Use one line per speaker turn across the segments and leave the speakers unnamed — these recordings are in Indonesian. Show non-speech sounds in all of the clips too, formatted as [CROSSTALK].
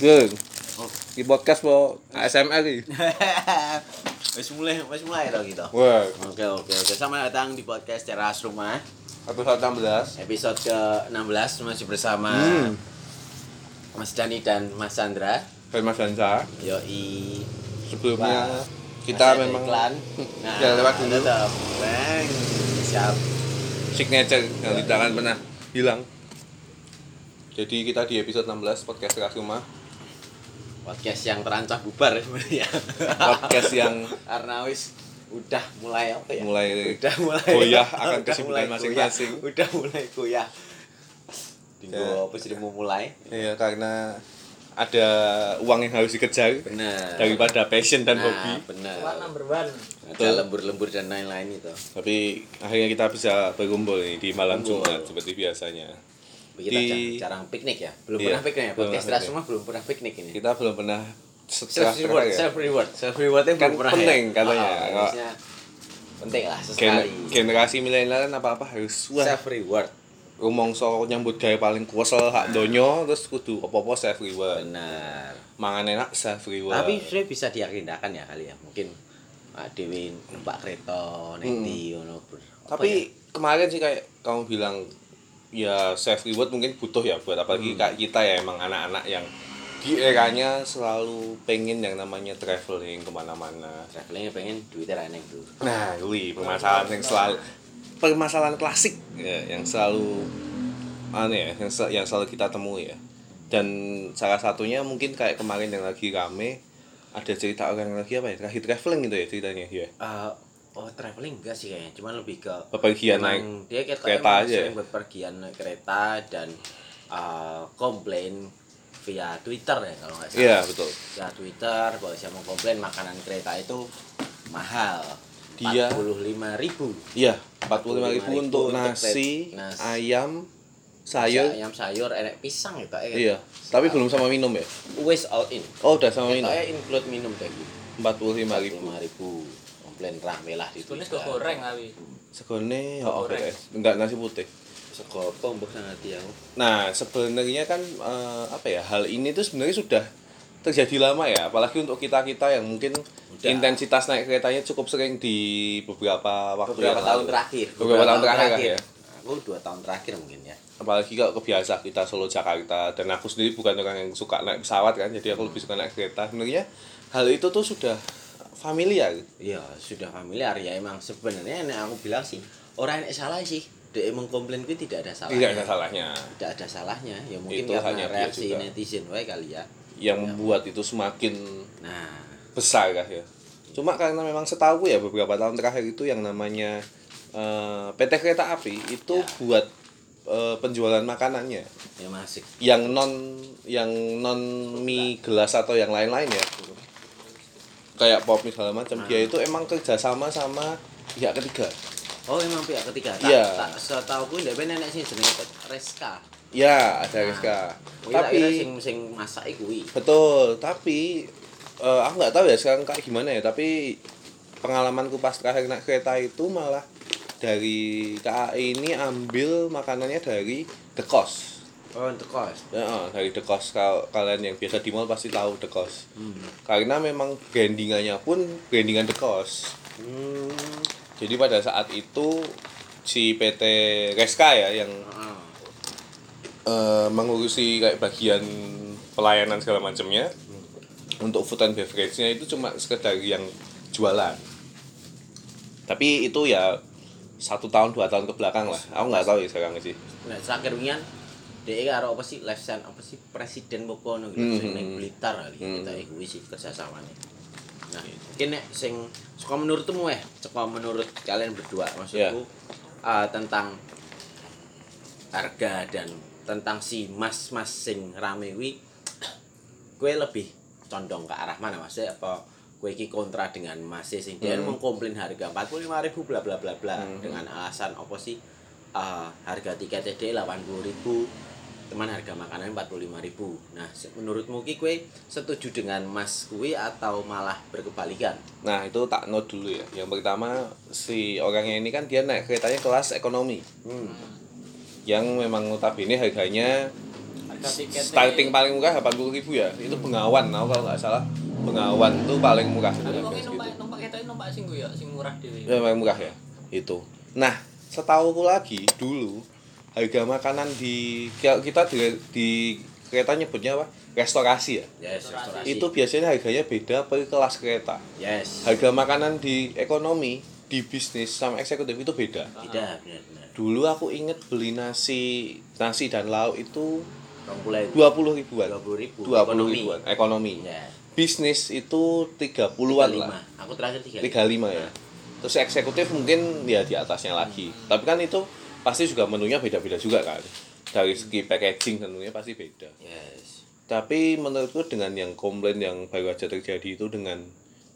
Geng. Di podcast po ASMR iki.
[LAUGHS] Wis mulai, wis mulai to gitu.
Wah,
Oke, oke, oke. Selamat datang di podcast Teras Rumah,
episode 16.
episode ke-16 masih bersama
Hmm.
Mas Dani dan Mas Sandra.
Ben Mas Dansa.
Yoi.
Sebelumnya
Wah,
kita
masih ada
memang [LAUGHS]
iklan. Nah,
Ya, lewat dulu.
tetap. Bang. Siap.
signature
Iya.
yang tidak akan pernah hilang. Jadi kita di episode 16 podcast kelas rumah,
Podcast yang terancah bubar sebenarnya.
podcast yang
[LAUGHS] Karena wis udah mulai apa ya?
mulai
udah mulai
goyah akan
[LAUGHS] udah mulai
kesibukan
goyah.
masing-masing.
udah mulai goyah tinggal
Ya.
apa sih mau mulai
Iya, karena ada uang yang harus dikejar
benar
daripada passion dan
nah,
hobi.
benar
Keluar number one.
ada
Betul.
lembur-lembur dan lain-lain itu
Tapi akhirnya kita bisa berkumpul nih di malam
Berkumpul.
Jumat seperti biasanya.
kita
Di-
cara, cara piknik ya belum
Iya,
pernah piknik ya
belum
podcast
pernah
ras rumah belum pernah piknik ini
Kita belum pernah ya. setelah
self reward self reward self rewardnya
Kan
ya? belum pernah
penting
ya.
katanya,
Ah,
kalau-
harusnya penting lah
Gen-
sesekali
generasi milenial kan apa-apa harus wah
self reward
rumongso nyambut gawe paling kuwesel hak donya terus kudu apa-apa self reward
benar
mangan enak self reward
Tapi sebenarnya bisa diagendakan ya kali ya. Mungkin Pak Dewi numpak kereta
Hmm.
ning ndi ngono. ber- apa
tapi
ya?
kemarin sih kayak kamu bilang ya self reward mungkin butuh ya buat
Hmm.
apalagi kayak kita ya emang anak-anak yang di eranya selalu pengen yang namanya traveling kemana-mana
travelingnya pengen duitnya ra neng dulu.
nah wih permasalahan yang selalu permasalahan klasik ya, yang selalu aneh ya yang, sel- yang selalu kita temui ya dan salah satunya mungkin kayak kemarin yang lagi rame ada cerita orang lagi apa ya terakhir traveling gitu ya ceritanya ya
Eh, oh traveling enggak sih kayaknya, cuman lebih ke
bepergian naik
emang Hmm, dia kita
kereta
emang
aja
sering
ya?
bepergian naik kereta dan eh, komplain via Twitter ya kalau nggak salah.
iya betul
Via Twitter bahwa saya mau komplain makanan kereta itu mahal.
Dia-
45 ribu
Iya, 45.000
45.000
untuk
untuk
nasi,
plate nasi.
ayam, sayur.
ayam sayur enak pisang gitu ya
Iya, tapi belum sama minum ya.
always all in
Oh, udah sama minum.
Saya include minum deh.
45.000.
lima ribu. Komplain rame lah di
Tulis
Twitter.
kok goreng kali.
Segone oh,
Goreng.
enggak nasi putih.
Sego apa mbok nang ati aku.
Nah, sebenarnya kan eh, apa ya? Hal ini tuh sebenarnya sudah terjadi lama ya, apalagi untuk kita-kita yang mungkin
Udah.
intensitas naik keretanya cukup sering di beberapa waktu yang
Beberapa tahun
lalu.
terakhir.
Beberapa, tahun terakhir, ya.
Aku dua tahun terakhir mungkin ya.
apalagi kalau kebiasa kita Solo Jakarta dan aku sendiri bukan orang yang suka naik pesawat kan jadi aku lebih suka naik kereta sebenarnya hal itu tuh sudah familiar
Iya, sudah familiar ya emang sebenarnya yang aku bilang sih orang yang salah sih. Dia mengkomplain itu tidak ada salahnya.
tidak ada salahnya
Tidak ada salahnya. Ya mungkin
Itu hanya
karena
dia
reaksi
juga.
netizen wae kali ya.
yang membuat itu semakin
Nah,
besar kah ya cuma karena memang setahu ya beberapa tahun terakhir itu yang namanya eh, PT Kereta Api itu
Ya.
buat eh, penjualan makanannya
ya masih
yang non yang non mie gelas atau yang lain-lain ya kayak pop mie segala
Nah.
macam dia itu emang kerjasama sama pihak ketiga
Oh emang pihak ketiga tak,
Iya.
tak setahu gue ndek nenek sih jenenge Reska.
ya ada
Nah.
SK
Kuwi tak
tapi
kira sing sing masak iku kuwi.
betul tapi eh, aku nggak tahu ya sekarang kayak gimana ya tapi pengalamanku pas terakhir naik kereta itu malah dari KAI ini ambil makanannya dari The Cost
Oh, untuk kos.
Ya, eh, dari The Cost Kal- kalian yang biasa di mall pasti tahu The Cost karena memang brandingannya pun brandingan The Cost
Hmm.
Jadi pada saat itu si PT Reska ya yang
Ah.
eh, mengurusi kayak bagian pelayanan segala macamnya untuk food and beverage-nya itu cuma sekedar yang jualan. Tapi itu ya satu tahun dua tahun ke belakang lah. Aku nggak tahu ya sekarang sih.
Nah, terakhir wingian DE karo apa sih lifestyle apa sih presiden pokoknya
Hmm.
gitu sing ning Blitar kali
Hmm.
kita iku kuwi sih kerjasamanya. Nah, mungkin nek sing saka menurutmu eh saka menurut kalian berdua maksudku ah, tentang harga dan tentang si mas-mas sing rame kuwi kue lebih condong ke arah mana mas apa kue iki kontra dengan mas sing dia
Hmm.
mengkomplain harga 45.000 bla bla bla bla
Hmm.
dengan alasan apa sih eh, harga tiket TD 80.000 teman harga makanan 45.000 nah se- menurutmu ki kue setuju dengan mas kue atau malah berkebalikan
Nah itu tak note dulu ya. Yang pertama si orangnya ini kan dia naik keretanya kelas ekonomi
hmm.
yang memang notabene harganya
tiketnya-
starting paling murah 80.000 ya itu pengawan nah, kalau nggak salah pengawan tuh paling murah
Tapi
dengan
pokoknya
harga
numpak
segitu.
numpak ketoknya numpak sing gue ya, sing murah dhewe.
ya paling murah ya itu nah setahuku lagi dulu harga makanan di kita di, di kereta nyebutnya apa restorasi ya
Yes, restorasi.
itu biasanya harganya beda per kelas kereta
yes.
harga makanan di ekonomi di bisnis sama eksekutif itu beda
Tidak, benar-benar.
dulu aku inget beli nasi nasi dan lauk itu
Rong puluh
20
ribu.
ribuan
20 ribu.
20
Ekonomi.
ribuan ekonomi
Ya.
bisnis itu 30-an lah
35. Aku terakhir 35.
35 ya terus eksekutif mungkin ya di atasnya lagi tapi kan itu pasti juga menunya beda-beda juga kan dari segi packaging tentunya pasti beda
Yes.
tapi menurutku dengan yang komplain yang baru aja terjadi itu dengan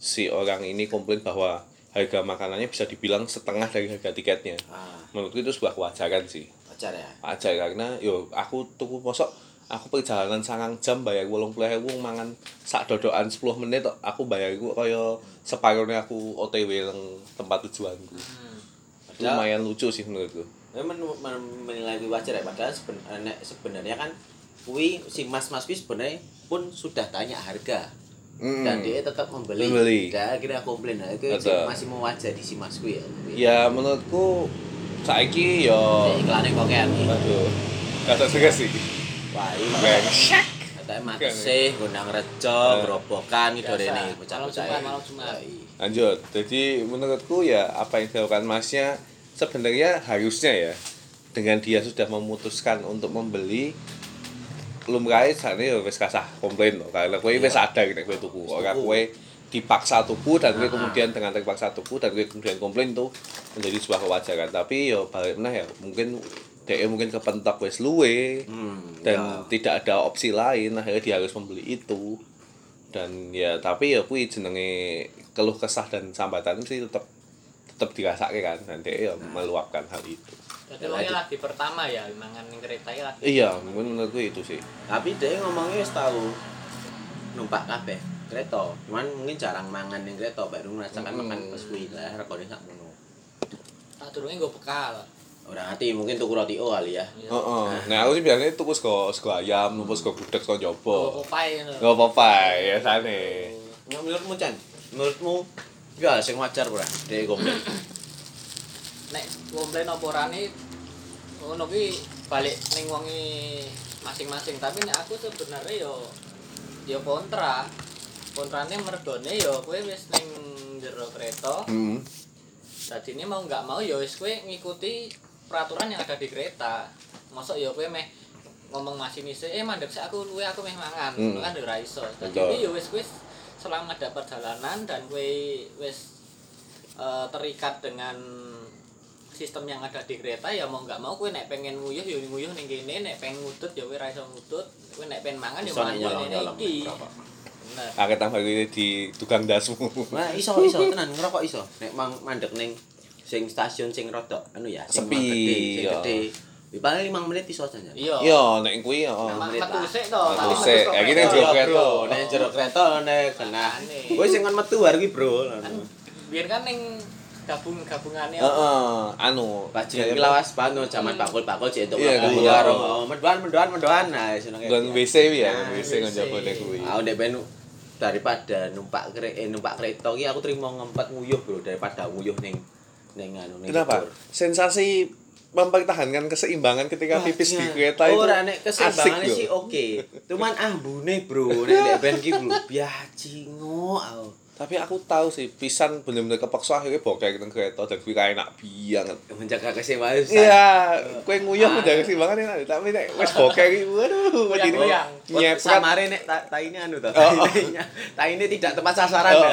si orang ini komplain bahwa harga makanannya bisa dibilang setengah dari harga tiketnya
Ah,
menurutku itu sebuah kewajaran sih
pacar ya.
wajar karena yo aku tuku mosok aku perjalanan sangang jam bayar wolong puluh ewu mangan sak dodokan 10 menit tok, aku bayar iku kaya separuhnya aku OTW nang tempat tujuanku
Padahal
lumayan lucu sih menurutku
memang men- men- menilai kuwi wajar ya padahal seben- eh, nek sebenarnya kan kui si mas-mas kui sebenarnya pun sudah tanya harga dan dia tetap
Hmm.
membeli.
Membeli.
Dan akhirnya komplain lah. Itu
Betul.
masih mewajari si mas kui ya.
ya menurutku saiki yo
Ini Iklannya kokean nih.
aduh kata juga sih
Wah, iya.
Brengsek.
Katanya mati sih, gondang rejo, gerobokan gitu
Biasa.
ini, pecah-pecah.
Malam Jumat, malam Jumat.
lanjut jadi menurutku ya apa yang dilakukan masnya sebenarnya harusnya ya dengan dia sudah memutuskan untuk membeli lumrahe jane ya wis kasah komplain loh karena kowe wis sadar nek kowe tuku ora
Iya. tuku. Nah.
kowe dipaksa tuku dan kowe kemudian dengan terpaksa tuku dan kowe kemudian komplain tuh menjadi sebuah kewajaran tapi ya balik meneh ya mungkin dia mungkin kepentok wis luwe
Hmm,
dan
ya.
tidak ada opsi lain akhirnya dia harus membeli itu dan ya tapi ya kui jenenge keluh kesah dan sambatan sih tetap tetap dirasake kan nanti ya
Nah.
meluapkan hal itu
Jadi pokoknya lagi pertama ya mangan ning kereta ya lagi.
iya mungkin menurutku itu sih
tapi dia ngomongnya wis tahu numpak kabeh kereta cuman mungkin jarang mangan yang kereta baru merasakan
Mm-mm.
makan pas kuwi lah rekone sak ngono
Tak turunnya gue bekal.
ora ngerti mungkin tuku roti O kali ya
Iya.
Heeh. nah aku sih biasanya tuku sego sego ayam numpuk sego gudeg sego
Gue
Oh,
jopo
kopai ngono.
gak apa-apa ya sane
Nah, menurutmu Chan menurutmu ya sing wajar ora dia [COUGHS] komplain
Nek komplain apa orane ngono kuwi balik ning wonge masing-masing tapi nek aku sebenarnya yo yo kontra. Kontrane mergone yo kowe wis ning jero kereta.
hmm.
Jadi ini mau nggak mau ya wis kowe ngikuti peraturan yang ada di kereta. Mosok ya kowe meh ngomong masinis eh mandek sik aku luwe aku meh mangan.
Hmm.
Ngono kan ora iso. Dadi
Betul.
kuwi ya wis kowe selama ada perjalanan dan kowe wis eh, terikat dengan sistem yang ada di kereta ya mau nggak mau kowe nek pengen nguyuh ya nguyuh ning kene, nek pengen ngudut ya kowe ra iso ngudut. Kowe nek pengen mangan ya
iso nek
mangan ngene
nyolong-nyolong
iki.
ngerokok.
Bener.
akhir tambah ini di tukang dasmu
nah iso iso tenan ngerokok iso nek mang mandek ning sing stasiun sing rodok anu ya sing
Sepi,
gede sing
ya.
gede Ya, paling 5 menit iso aja ya
Iya.
yo nek kui yo
Nah,
menit
Metu
lah.
sik to.
Metu
tapi metu
sik.
saka
Ya, gini, Jok.
kereta.
Iya,
kereta.
bro, nek jero kereta nek kena.
Makane.
Kowe sing kon metu bar iki, Bro.
biar kan neng gabung gabungannya
Heeh, anu
Bajingan iki lawas banget zaman bakul-bakul cek entuk
Iya,
bakul
iya.
karo mendoan mendoan mendoan nah senenge.
Gon WC ya,
Nah,
gon WC gon jago nek kuwi.
Aku nek Ah, ben daripada numpak kre eh, numpak kereta iki aku trimo ngempet nguyuh, Bro, daripada nguyuh ning ning anu ning.
Kenapa?
Bogor.
Sensasi mempertahankan keseimbangan ketika pipis di kereta itu
iya. Oh, Ora nek keseimbangannya
asik
sih
loh.
oh. oke. Cuman ambune, Bro, nek nek ben iki lho biacingo aku.
Tapi aku tahu sih, pisan bener-bener kepaksa akhirnya bokeh nang kereta dan kuwi kayak enak banget.
Menjaga keseimbangan.
Iya, kue
Ah,
nguyuh
iya.
udah keseimbangan enak, tapi nek wes bokeh iki waduh ini
Goyang-goyang.
nyepet.
Samare nek ta- taine anu to.
Oh.
Taine taine tidak tepat sasaran.
Oh.
ya.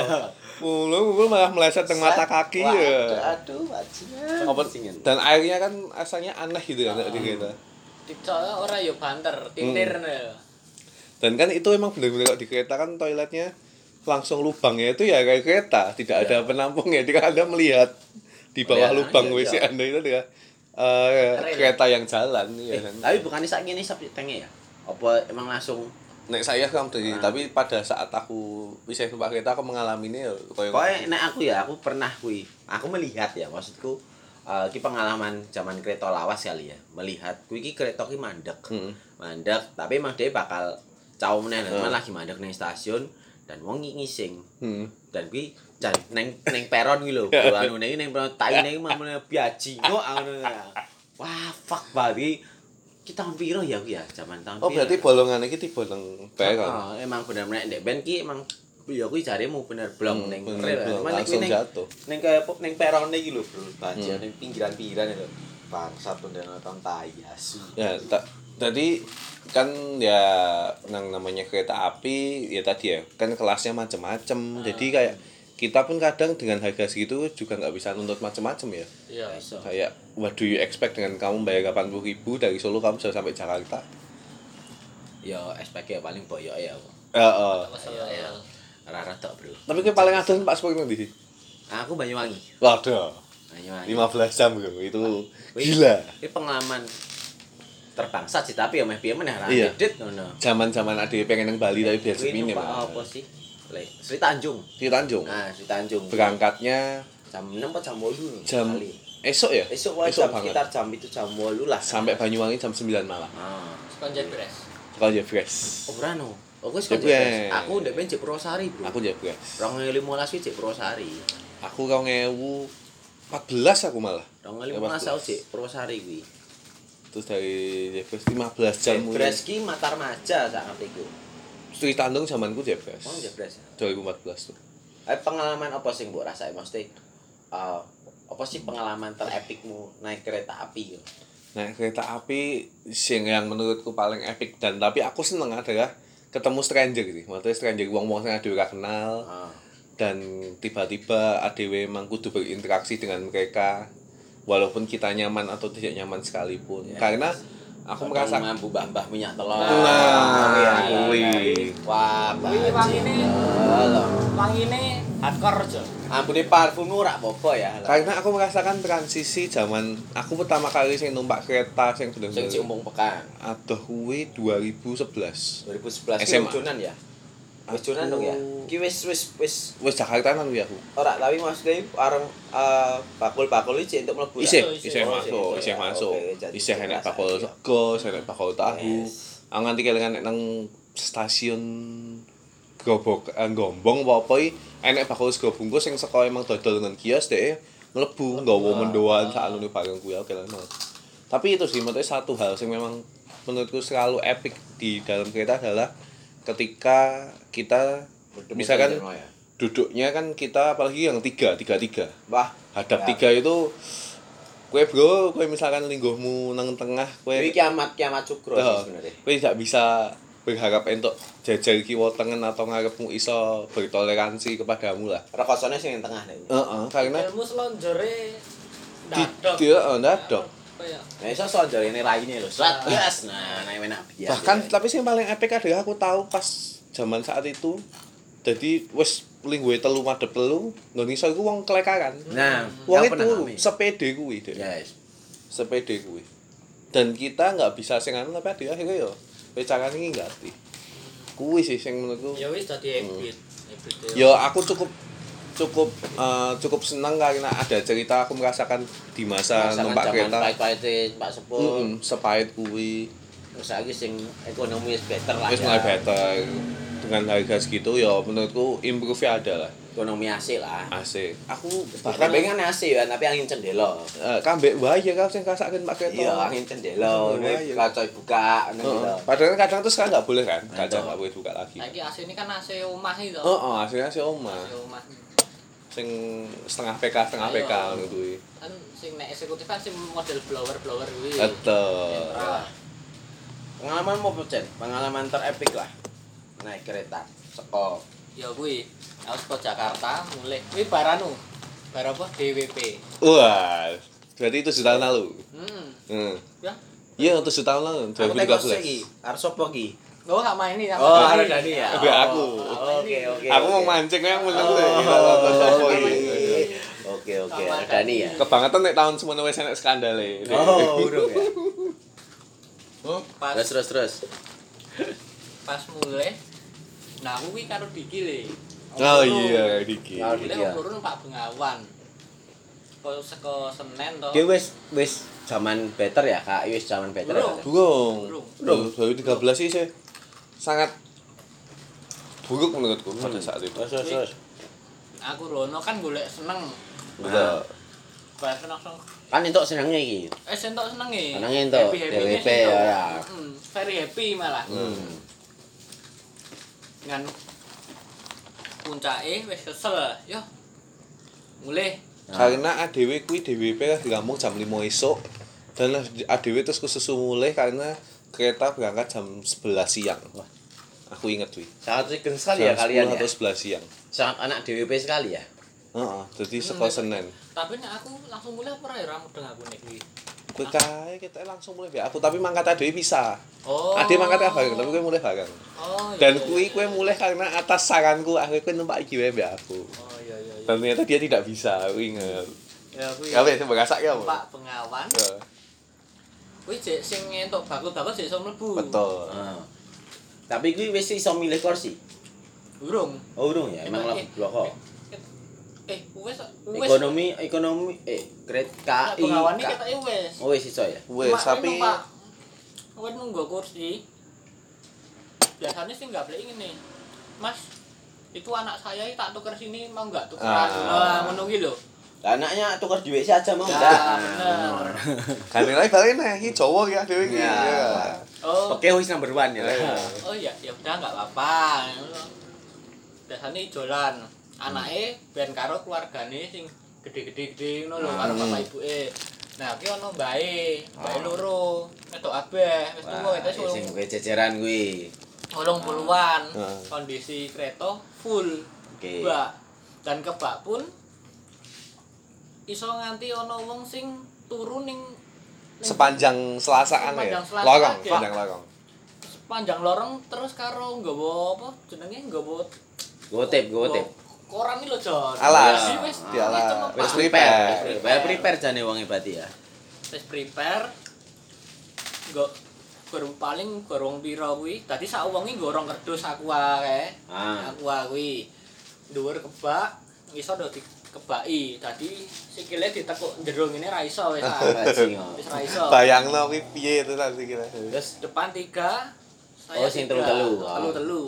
Mulu mulu malah meleset teng mata kaki
Wah,
ya.
Aduh, bajingan.
Apa- Dan airnya kan rasanya aneh gitu kan di kereta.
dicolok ora yo banter titir hmm.
dan kan itu emang bener-bener kalau di kereta kan toiletnya langsung lubangnya itu ya kayak kereta tidak ada penampungnya jika anda melihat di bawah
Iya,
lubang
iya,
WC
iya.
anda itu ya eh,
Keren.
kereta yang jalan ya kan
Eh, Tapi bukannya saat ini sapi tenge ya? Apa emang langsung
nek saya kan dari tapi pada saat aku bisa numpak kereta aku mengalami ini ya kayak
Pokoknya nek aku ya, aku pernah kui. Aku melihat ya, maksudku eh, iki pengalaman zaman kereta lawas kali ya melihat kuwi iki kereta ki mandek
Hmm.
mandek tapi emang dia bakal caw meneh
Hmm.
hmm. lagi mandek neng stasiun dan wong ngi- ngising
Hmm.
dan kuwi jan neng neng peron
[LAUGHS]
kuwi lho Lho, anu neng neng peron tai neng mah meneh biaji kok anu wah fuck babi kita tahun piro ya kuwi ya Ah, zaman tahun
Oh berarti kan? bolongan iki tiba nang peron.
Heeh, emang bener-bener ndek ben ki emang ya kuwi jaremu bener blong ning
Hmm, Bener,
rel.
belum,
Cuman nek kuwi
langsung
ning
jatuh.
ning kaya po- ning perone iki lho, Bro. Bajian
Hmm.
ning pinggiran-pinggiran itu. Bangsat pendana tahun tai asu.
Ya, ta- tadi kan ya yang namanya kereta api ya tadi ya kan kelasnya
Ah.
macem-macem. Jadi kayak kita pun kadang dengan harga segitu juga nggak bisa nuntut macem-macem ya.
Iya.
Iso.
Kayak what do you expect dengan kamu bayar 80 ribu dari Solo kamu bisa sampai Jakarta?
Ya SPG paling boyok ya. Bro.
Eh, eh.
Masalah.
Iya, iya. Rara tok, Bro.
Tapi kayak paling adoh Pak Sepur nanti.
Aku Banyuwangi.
Waduh.
Banyuwangi.
15 jam bro, itu
Ah. Wih,
gila.
Ini pengalaman terbangsat sih tapi ya meh piye meneh ra
Iya.
edit ngono.
Zaman-zaman adik pengen nang Bali tapi biar
Kuwi
minim.
numpak apa sih? Lek Sri Tanjung.
Di Tanjung.
Nah, Sri Tanjung.
Berangkatnya
Jam 6 apa jam 8?
jam esok ya?
Esok wae
Esok
jam
banget.
sekitar jam itu jam 8 lah.
sampai Banyuwangi jam 9 malam.
Ah.
Konjen beres.
Kalau Jeffresh.
Oh, ora no. Aku wis
Ya,
kok
Bes.
aku ndek ben cek Purwosari, Bro.
Aku Jeffresh.
2015 ki cek Purwosari.
Aku kau ngewu 14 aku malah.
2015
Ya,
aku cek Purwosari kuwi.
Terus dari Jeffresh 15 jam.
Cek Bres ki Matar Maja sak ngerti ku.
Sri Tanjung zamanku Jeffresh.
Oh, cek Bres.
2014 tuh.
Eh pengalaman apa sing mbok rasake mesti eh apa sih pengalaman terepikmu naik kereta api yo?
Nah, kereta api sing yang menurutku paling epic dan tapi aku seneng adalah ketemu stranger sih. Maksudnya stranger wong-wong sing adewe gak kenal
Ah.
dan tiba-tiba adewe emang kudu berinteraksi dengan mereka walaupun kita nyaman atau tidak nyaman sekalipun.
Yes.
Karena aku merasa
mampu mbah-mbah minyak telur.
Nah,
Iya,
kuwi.
iya, iya. Wah,
Kuwi wangi ini.
Halo.
Wangi ini hardcore aja.
Ampune parfummu ora apa-apa ya. Lah.
karena aku merasakan transisi zaman aku pertama kali sing numpak kereta sing
Sing
bener-bener
cek umpung pekan.
aduh kuwi 2011.
2011
SMA.
SMA. Jonan ya? Wis
Aku-
Jonan dong ya? Ki wis wis wis
Wis Jakarta nang aku.
ora tapi maksudnya areng eh, bakul-bakul iki untuk mlebu.
Isih,
Oh,
isih
isih.
masuk,
Oh,
isih
isih.
masuk.
Oke, jadi
Isih
jelas
enak bakul
aja.
sego, isih enak bakul tahu.
Yes.
Aku nganti kelingan nek nang stasiun Grobok eh, Gombong apa apa iki, enek bakul sego bungkus sing saka emang dodol nang kios deh mlebu
ah.
nggawa mendoan sak alune bareng kuwi aku kelingan banget. Tapi itu sih maksudnya satu hal sing memang menurutku selalu epic di dalam kereta adalah ketika kita
Bertemu
misalkan
sama ya.
duduknya kan kita apalagi yang tiga tiga tiga
Wah,
hadap
Ya.
tiga itu kue bro kue misalkan lingguhmu nang tengah kue
Kuwi kiamat kiamat cukro sih
Tuh,
sebenarnya.
kue tidak bisa berharap untuk jajar kiwa tengen atau ngarepmu iso bertoleransi kepadamu lah
Rekosone sing yang tengah nek.
Eh, eh, karena
Ilmu selonjore
di
dadok.
dia eh, ndadok.
Kayak
Nah, iso soal ini raine lho. Slat gas. Nah, nek enak biasa.
bahkan tapi sih yang paling epic adalah aku tahu pas zaman saat itu jadi wes lingguhe telu madep telu nggon iso iku wong kelekaran
nah,
wong
yang pernah Ya,
itu
ngalamin.
sepede kuwi Dek.
Yes.
sepede kuwi dan kita nggak bisa sing anu tapi adik akhirnya yo pecangan ini ganti kuwi sih sing menurutku
ya wis dadi ebit. Ebit. ya.
Hmm. yo aku cukup cukup eh, cukup senang karena ada cerita aku merasakan di masa
Merasakan
numpak
zaman
Eh, kereta
pahit-pahite Pak Sepuh.
Mm-mm, sepahit kuwi
Terus lagi sing ekonomi wis better lah.
terus
ya.
mulai better dengan harga segitu ya menurutku improve ya ada lah
Ekonomi asik lah.
asik aku
Bahkan
bahkan pengen
pengen asik ya, tapi angin cendela.
kambek wae ya kau sing kasakin pak kereta
Iya, angin
Iya,
cendela, ini
iya.
kaca buka, ini
Heeh.
gitu.
padahal kadang tuh sekarang nggak boleh kan kaca
Betul.
nggak boleh buka lagi
Lagi AC ini kan AC omah itu.
oh oh hasilnya sih oma
AC omah.
sing setengah PK setengah
Ayo.
PK ngono kuwi.
Kan sing nek eksekutif kan sing model blower-blower kuwi.
Betul.
Ora.
Pengalaman mau pecen, pengalaman terepik lah. Naik kereta, seko.
Ya kuwi. Aku saka Jakarta mulai. Kuwi baranu. Bar apa DWP.
Wah, berarti itu setahun lalu.
Hmm.
Hmm.
Ya.
Iya, itu setahun lalu,
Aku tengok segi,
2013.
harus apa ki?
Oh, sama ini eh, sama
Oh,
Dani.
harus Dani ya.
Enggak, aku.
Oh, Oke, oke.
Aku mau Iya,
oke.
mancing yang menang
Oh, iya,
tuh. Gila, nonton sopo iki.
Oke, oke,
Sama
Harus Dani ya.
iya, Kebangetan nek tahun semono wis enek skandale.
Oh, udah ya.
Pas
Terus, terus, terus.
oh, pas mulai. Nah, aku kuwi karo Diki le.
Oh iya, Diki.
Nah,
Mulai
Diki ya.
turun Pak Bengawan. Kalau seko Senen toh.
Dia wis wis zaman better ya Kak, wis zaman better. ya,
Durung.
Kak?
Durung. Durung.
Durung.
2013 sih saya sangat buruk menurutku pada saat itu.
Wes, wes, wes.
Aku rono kan golek seneng.
Nah,
Bahas seneng seneng.
kan entuk senenge iki.
Eh sentok seneng e.
Seneng entuk,
Happy-happy-nya
DWP
seneng.
ora.
Mm, Very happy malah.
Hmm.
Ngan puncake wis kesel. Yo. Mulih
Nah.
Karena ADW kui DWP lah digambung jam 5 esok dan lah ADW terus kususu mulai karena kereta berangkat jam 11 siang.
Wah.
Aku inget kui.
Sangat regen sekali
Jam
ya kalian
10
ya.
atau 11 siang.
Sangat anak DWP sekali ya.
Heeh, jadi sekolah Senin.
tapi nek aku langsung mulih apa ora ya ora mudeng aku nek iki.
Kowe kae kita langsung mulai ya. Aku tapi mangkat ADW bisa.
Oh.
Ade mangkat bareng tapi kowe mulai bareng.
Oh, iya,
Dan
iya,
kui
iya.
kowe mulai karena atas saranku akhirnya kowe numpak iki wae mbak aku.
Oh iya iya iya.
Dan ternyata dia tidak bisa, aku inget.
Ya aku
Ya wes berasa ya. Bu.
Pak pengawan.
Ya,
Kuwi jek sing entuk bakul-bakul jek iso mlebu.
Betul.
Nah. Tapi gue wis iso milih kursi.
Durung.
Oh, urung ya, emang
Emang,
lebih bloko.
Eh, wis wis.
Ekonomi, ekonomi, eh, kredit
Pak
KI.
pengawan iki
Kak.
ketoke wis.
Oh, wis iso ya.
Wes tapi
Wes nunggu kursi. Biasanya sih nggak beli ini. Mas, itu anak saya ini tak tuker sini mau nggak tukeran?
Ah.
Nah, menunggu lho.
Lah, Anaknya tukar duit saja mau
Ya,
enggak?
bener.
kan lain balik nih, ini cowok ya dewe iki.
Ya.
Ya.
Oh,
Oke, wis number one ya.
Ya.
oh ya, ya udah nggak apa-apa. Biasanya idolan. Anaknya ben karo keluargane sing gede-gede gede ngono lho karo
Hmm.
bapak ibuke. Nah, iki ono mbae, mbae loro, wedok abeh, wis tuwa,
Wah,
itu
ya, sing
suruh
gue ceceran gue.
tolong puluhan
Heeh.
kondisi kereta full
Oke.
bak dan kebak pun iso nganti ono wong sing turu ning ning
Sepanjang selasaan ya.
Sepanjang selasaan
Lorong,
ya.
sepanjang lorong.
sepanjang lorong terus karo nggawa apa jenenge nggawa
Gotip, gotip.
nggawa koran iki lho Jon
Alas.
Jadi wis
Di alas.
itu ngepak.
Wis
Wis
prepare.
prepare, well prepare jane wong hebat ya.
wis prepare nggo gur paling gur wong pira kuwi dadi sak wonge nggo rong kerdus aku wae
Ah.
aku wae kuwi dhuwur kebak iso do dikebaki dadi sikile ditekuk jero ngene ra iso wis ah.
Bajing, oh.
wis ra iso
Bayang lo kui piye itu tadi kira.
Terus
depan tiga
Oh,
saya
sing
tiga.
telu-telu. Ah.
telu-telu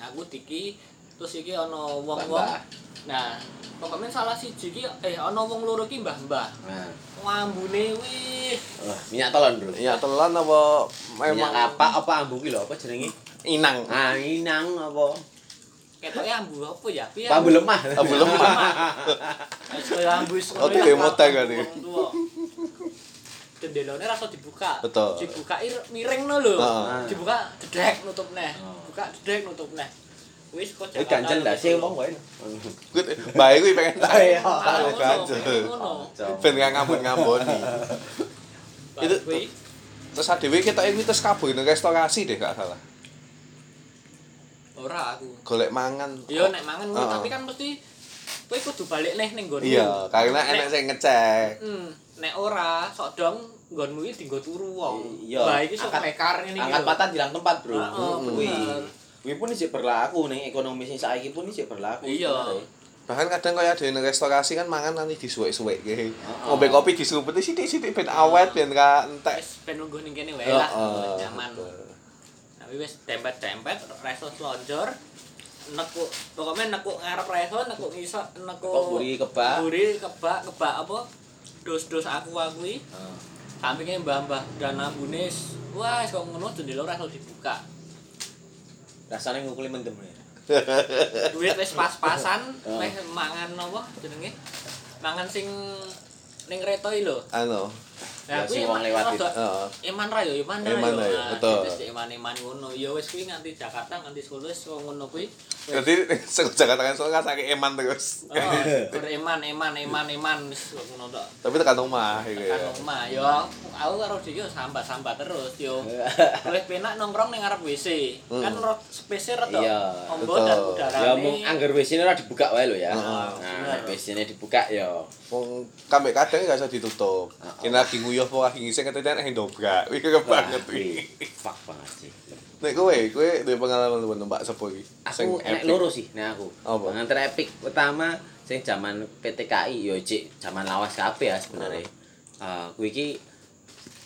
aku diki terus iki ana wong-wong
Mbah-mbah.
nah pokoknya salah siji iki eh ana wong loro iki mbah-mbah
Nah,
ngambune wih
wah, minyak telon, Bro.
Ya telan apa
Minyak
memang
apa apa ambu ki lho, apa jenenge?
inang.
Ah, inang apa?
ketoke ambu apa ya piye
Ambu lemah.
Ambu lemah.
Wis kaya ambu wis
Oh, tiga motor kan ini.
Jendelane rasa dibuka.
Betul.
Dibuka miring no lho.
Heeh.
Dibuka dedek nutup neh.
Oh.
Buka dedek nutup neh. Wis kok
Eh, ganjel lah sih wong
ngono.
wae.
Gue bae kui pengen tahu.
Iya.
Tahu ganjel.
Oh.
Ben gak ngambon-ngamboni. Itu-
Itu kuwi
Terus ADW kita ini terus kabur nang restorasi deh gak salah.
ora aku.
Golek mangan.
Yo nek mangan kuwi
Oh. Heeh.
tapi kan mesti kowe kudu balik neh ning nggonmu.
Iya, karena
Nek-
enak saya ngecek.
Hmm, nek ora sok dong nggonmu iki dienggo turu wong.
Iya.
Lah iki sok
Angkat-
mekar ngene iki
Angkat
lho.
patah hilang tempat, Bro.
Ah, oh,
Kuwi.
bener.
Kuwi pun isih berlaku ning ekonomi sing saiki pun isih berlaku.
Iya.
sebenarnya.
Bahkan kadang kayak ada yang restorasi kan mangan nanti disuwek-suwek gitu.
Heeh.
Ngombe kopi diseruput sithik-sithik ben awet ben gak entek.
wis ben nunggu ning kene wae lah
Heeh.
nyaman tapi wis tempet-tempet reso slonjor nekuk pokoknya nekuk ngarep reso nekuk ngiso
Kok
nekuk
buri kebak.
buri kebak kebak apa dos-dos aku akui
Ah.
sampingnya mbah-mbah dan ambunes wah kok ngono jendela ora iso dibuka
Rasane ngukuli mendem ya.
duit wis
[LAUGHS]
pas-pasan
Oh.
wis mangan apa jenenge mangan sing ning kereta iki lho
Anu,
Ya, sing wong lewat itu.
rada-
heeh.
Eman ra yo, Eman ra yo.
Eman ra yo,
Nah,
betul.
Wis eman-eman ngono. Ya wis kuwi nganti Jakarta, nganti Solo wis kok ngono kuwi. Wis.
Jadi [LAUGHS] sejak katakan soal kan sakit eman terus.
Oh, tur eman, eman, eman, eman wis kok ngono tok.
Tapi tekan rumah gitu ya.
Tekan omah yo aku karo dia yo sambat-sambat terus yo.
[LAUGHS]
Luwih penak nongkrong ning ngarep WC. Kan
Hmm.
ro space rada
Iya,
ombo dan
betul.
udarane.
Ya mung anggar wis ini ora dibuka wae lho ya.
Heeh.
Nah, nek wis ini dibuka ya.
Wong kambek kadang gak usah ditutup.
Heeh.
Ini lagi nguyuh apa lagi ngising ketetan yang dobrak. Wih keren banget
Wah,
wih.
Fuck banget sih.
Nek kowe, kowe duwe pengalaman lu numpak sepo iki. Sing
aku
epic.
nek loro sih nek aku
Apa?
pengantar epic pertama sing jaman PTKI yo cik jaman lawas kabeh ya sebenarnya Eh,
Ah.
aku iki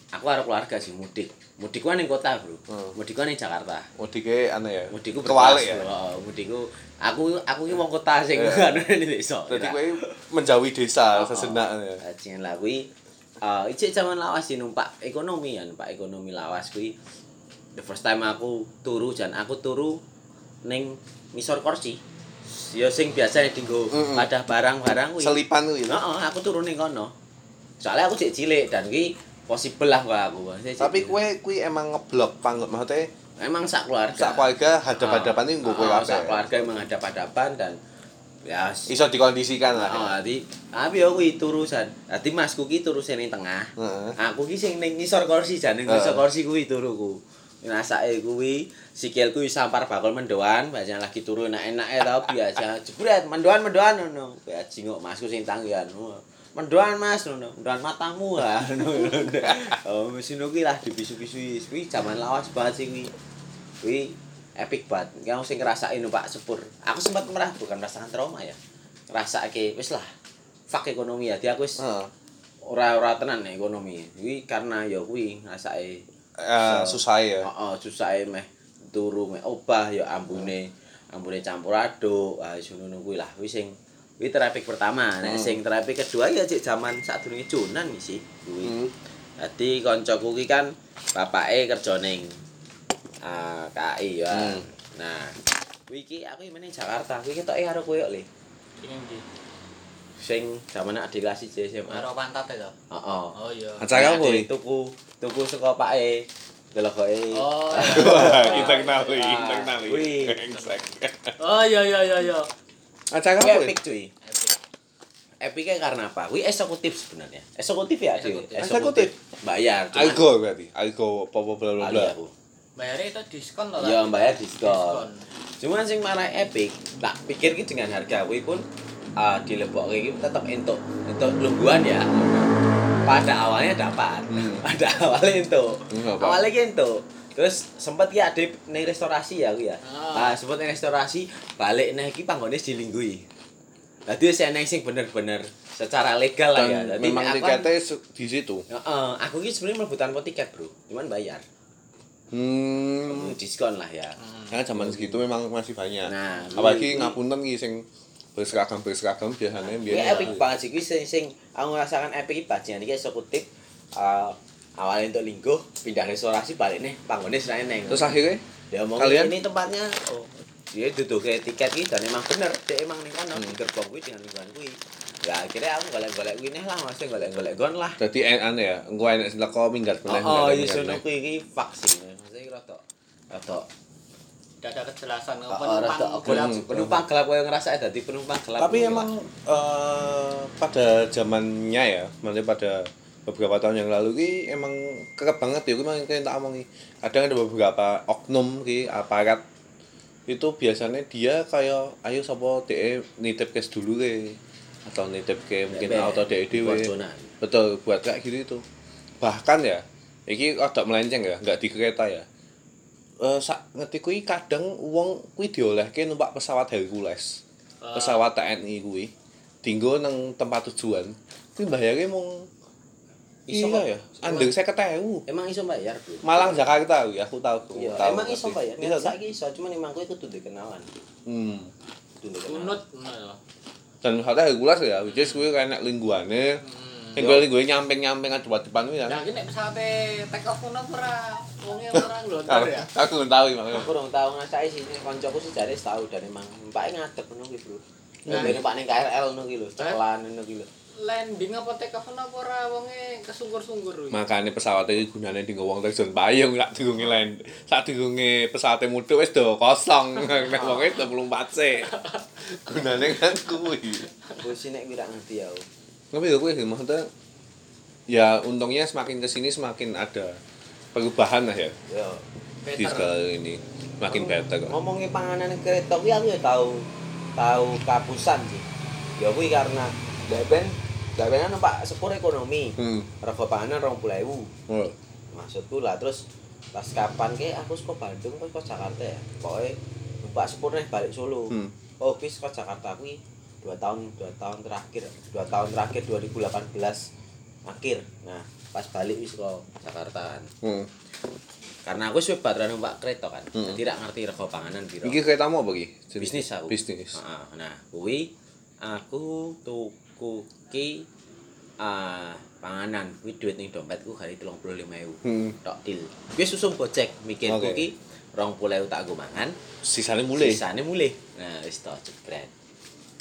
aku arep keluarga sih mudik mudik ku ning kota bro
Ah.
Hmm.
mudik ku ning Jakarta
Mudike ane ya.
mudikku
Kewalik
berkelas,
ya.
bro. Oh, mudikku aku aku iki wong kota sing
Eh.
[LAUGHS] anu ning desa
Berarti
Ya.
kowe menjauhi desa
Oh,
sejenak
oh.
ya.
Eh, Jengen lah kuwi eh ijek jaman lawas sih numpak ekonomi ya, numpak ekonomi lawas kuwi the first time aku turu jan aku turu ning ngisor kursi. Ya sing biasane dienggo
Mm-mm.
padah barang-barang kuwi.
Selipan kuwi.
Heeh, aku turu ning kono. Soalnya aku cek cilik dan kuwi possible lah kok aku. Saya cek
Tapi
cilik.
kowe kuwi emang ngeblok panggut maksudnya
emang sak keluarga.
sak keluarga hadap-hadapan iki nggo kowe
Oh, Sak
kabeh.
keluarga emang hadap-hadapan dan ya
Iso dikondisikan lah.
Oh, dadi tapi aku iki turu jan. Dadi masku ki turu sing ning tengah.
Heeh.
Aku ki sing ning ngisor kursi jan ning ngisor
Heeh.
kursi kuwi turuku. Rasake kuwi sikilku iso sampar bakul mendoan, biasanya lagi turu enak-enak ya tau biasa. Jebret mendoan mendoan ngono. Ya jingok masku sing tanggihan. Wah, Mendoan Mas ngono, mendoan matamu ah. [LAUGHS] ngono. Oh, mesin kuwi lah dibisu-bisui. Kuwi jaman lawas banget sih kuwi. Kuwi epic banget. Yang sing ngerasain Pak Sepur. Aku sempat merah bukan merasakan trauma ya. Ngerasake wis lah. Fuck ekonomi ya. Dia aku wis
Heeh.
ora-ora tenan nek ekonomi. Kuwi karena ya kuwi ngrasake
Eh, susah ya.
heeh susahe meh turu meh obah ya ambune ambune campur aduk. Ah iso ngono kuwi lah kuwi sing kuwi terapi pertama. Nek
Hmm.
sing terapi kedua ya cek jaman sadurunge Jonan iki sih kuwi.
Hmm. [LAUGHS]
Dadi koncoku ki kan bapake kerja ning ah, KAI ya.
Hmm.
Nah, kuwi iki aku meneh Jakarta. Kuwi ketoke karo kowe yo, Le.
Ini iki.
Sing jaman adik kelas 1 SMA.
Karo pantat itu.
Heeh.
Oh iya.
Acara apa
Adik
kuwi?
Tuku tuku saka pake delokoke.
Oh.
Wah,
iya.
internali,
Ah,
internali.
wih.
Brengsek.
Oh iya iya iya iya.
Acara
Kuwi
apa?
epic
Epic.
cuy.
Epic.
Epicnya karena apa? Kuwi eksekutif sebenarnya. Eksekutif ya, Adi.
Eksekutif.
Eksekutif.
Bayar. cuman
Algo berarti. Algo apa bla bla
kali
bla.
aku.
Bayarnya itu diskon loh.
Ya
Lan.
bayar diskon. Cuman sing marah epic, tak pikir ki dengan harga kuwi pun uh, dilebokke iki tetep entuk entuk lungguhan ya. Pada awalnya dapat.
Hmm.
[LAUGHS] Pada awalnya entuk.
Enggak apa.
Awalnya ki entuk. Terus sempet ki ada ning restorasi ya aku ya.
Ah.
Ah, sempet ning restorasi balik nih iki panggone dilinggui. Dadi saya neng sing bener-bener secara legal lah ya.
Dan
Dadi
memang
aku kan-
tiketnya se- di situ.
Heeh, aku ki sebenarnya mlebu tanpa tiket, Bro. Cuman bayar.
Hmm.
Diskon lah ya.
Karena zaman segitu memang masih banyak.
Nah,
Apalagi
kuwi-
ngapunten ki sing berseragam berseragam biasanya
Ini
biar
epic banget sih, Kuwi sing sing aku ngerasakan epic iki bajian iki eksekutif eh awalnya untuk linggo pindah restorasi balik nih panggonnya selain neng
Terus akhirnya
dia mau
kalian-
ini tempatnya oh dia duduk ke tiket gitu dan emang bener dia emang nih kono
Hmm.
di gerbong kuwi dengan lingkungan kuwi ya akhirnya aku golek-golek kuwi nih lah maksudnya golek-golek gon lah
jadi enak ya, engko enak sing teko minggat meneh.
oh oh
minggat,
iya
minggat
sono
meneh.
kuwi iki vaksin maksudnya iki rotok rotok
Tidak ada kejelasan
oh, rotok gelap penumpang gelap koyo ngerasa ya, dadi penumpang gelap
Tapi
kuwi
emang
lah.
eh, pada zamannya ya, maksudnya pada beberapa tahun yang lalu ki emang kerap banget ya, ki memang kita tak omongi. Kadang ada beberapa oknum ki aparat itu biasanya dia kayak ayo sapa de nitip kes dulu ke atau nitip ke mungkin
Bebek.
auto de dhewe.
Buat zona.
Betul, buat kayak gitu itu. Bahkan ya, iki agak melenceng ya, nggak di kereta ya. Eh sak ngerti kuwi kadang wong kuwi diolehke numpak pesawat Hercules.
Ah.
Pesawat TNI kuwi tinggo nang tempat tujuan. Kuwi mbayare mung
Iso kok.
iya ya, under 50.000.
emang iso bayar bro
Malang Jakarta kuwi aku tahu. aku
Iya,
tahu,
emang iso
ngerti.
Pak ya. Nek saiki iso, cuman emang kowe kudu duwe kenalan.
Hmm.
Kudu duwe kenalan.
Unut. Hmm. unut.
Dan hotel Hercules ya, which is kuwi kayak lingguane.
Hmm.
Sing kuwi lingguane nyamping-nyamping ada depan kuwi ya.
Nah, ini pesawatnya take off unut ora. Wongnya ora ngelontor ya.
Aku nggak tahu gimana.
Aku urung tau ngrasake sih nek koncoku sih jare tau dan emang empake ngadeg ngono kuwi, Bro.
Nah.
Dari Pak ning KRL ngono kuwi lho, cekelan ngono kuwi lho.
Landing apa take off unut ora wongnya kesungkur-sungkur. wih.
makanya pesawat itu gunanya di ngomong terjun payung sak durunge lain sak durunge pesawate mudhuk wis do kosong [LAUGHS] nek wong itu belum pacik gunane kan kuwi
Aku sih nek kuwi ra ngerti ya. aku.
tapi ya kuwi sih, maksudnya ya untungnya semakin kesini semakin ada perubahan lah ya
Yo.
di
Better.
segala ini makin
Aku
better kok
Ngomongi panganan kereta kuwi aku ya tau tau kapusan sih. Ya kuwi karena Beben Beben numpak sepur ekonomi.
hmm
Rego panganan 20.000.
oh.
Maksudku lah terus pas kapan ke aku saka Bandung kok saka Jakarta ya pokoknya numpak sepur nih balik Solo
Hmm.
oh bis saka Jakarta kuwi dua tahun dua tahun terakhir dua tahun terakhir 2018 akhir nah pas balik wis ke Jakarta kan
Hmm.
karena aku suwe baterai numpak kereta kan jadi rak ngerti rego panganan piro
Iki keretamu apa iki? Jenis-
bisnis aku
Bisnis.
Heeh, nah kuwi aku tuku ki ah, panganan kuwi duit ning dompetku kali 35.000
Hmm.
tok til kuwi susung gojek mikirku
Oke.
ki 20.000 tak go mangan
Sisane mulai.
sisane mulih nah wis tok jebret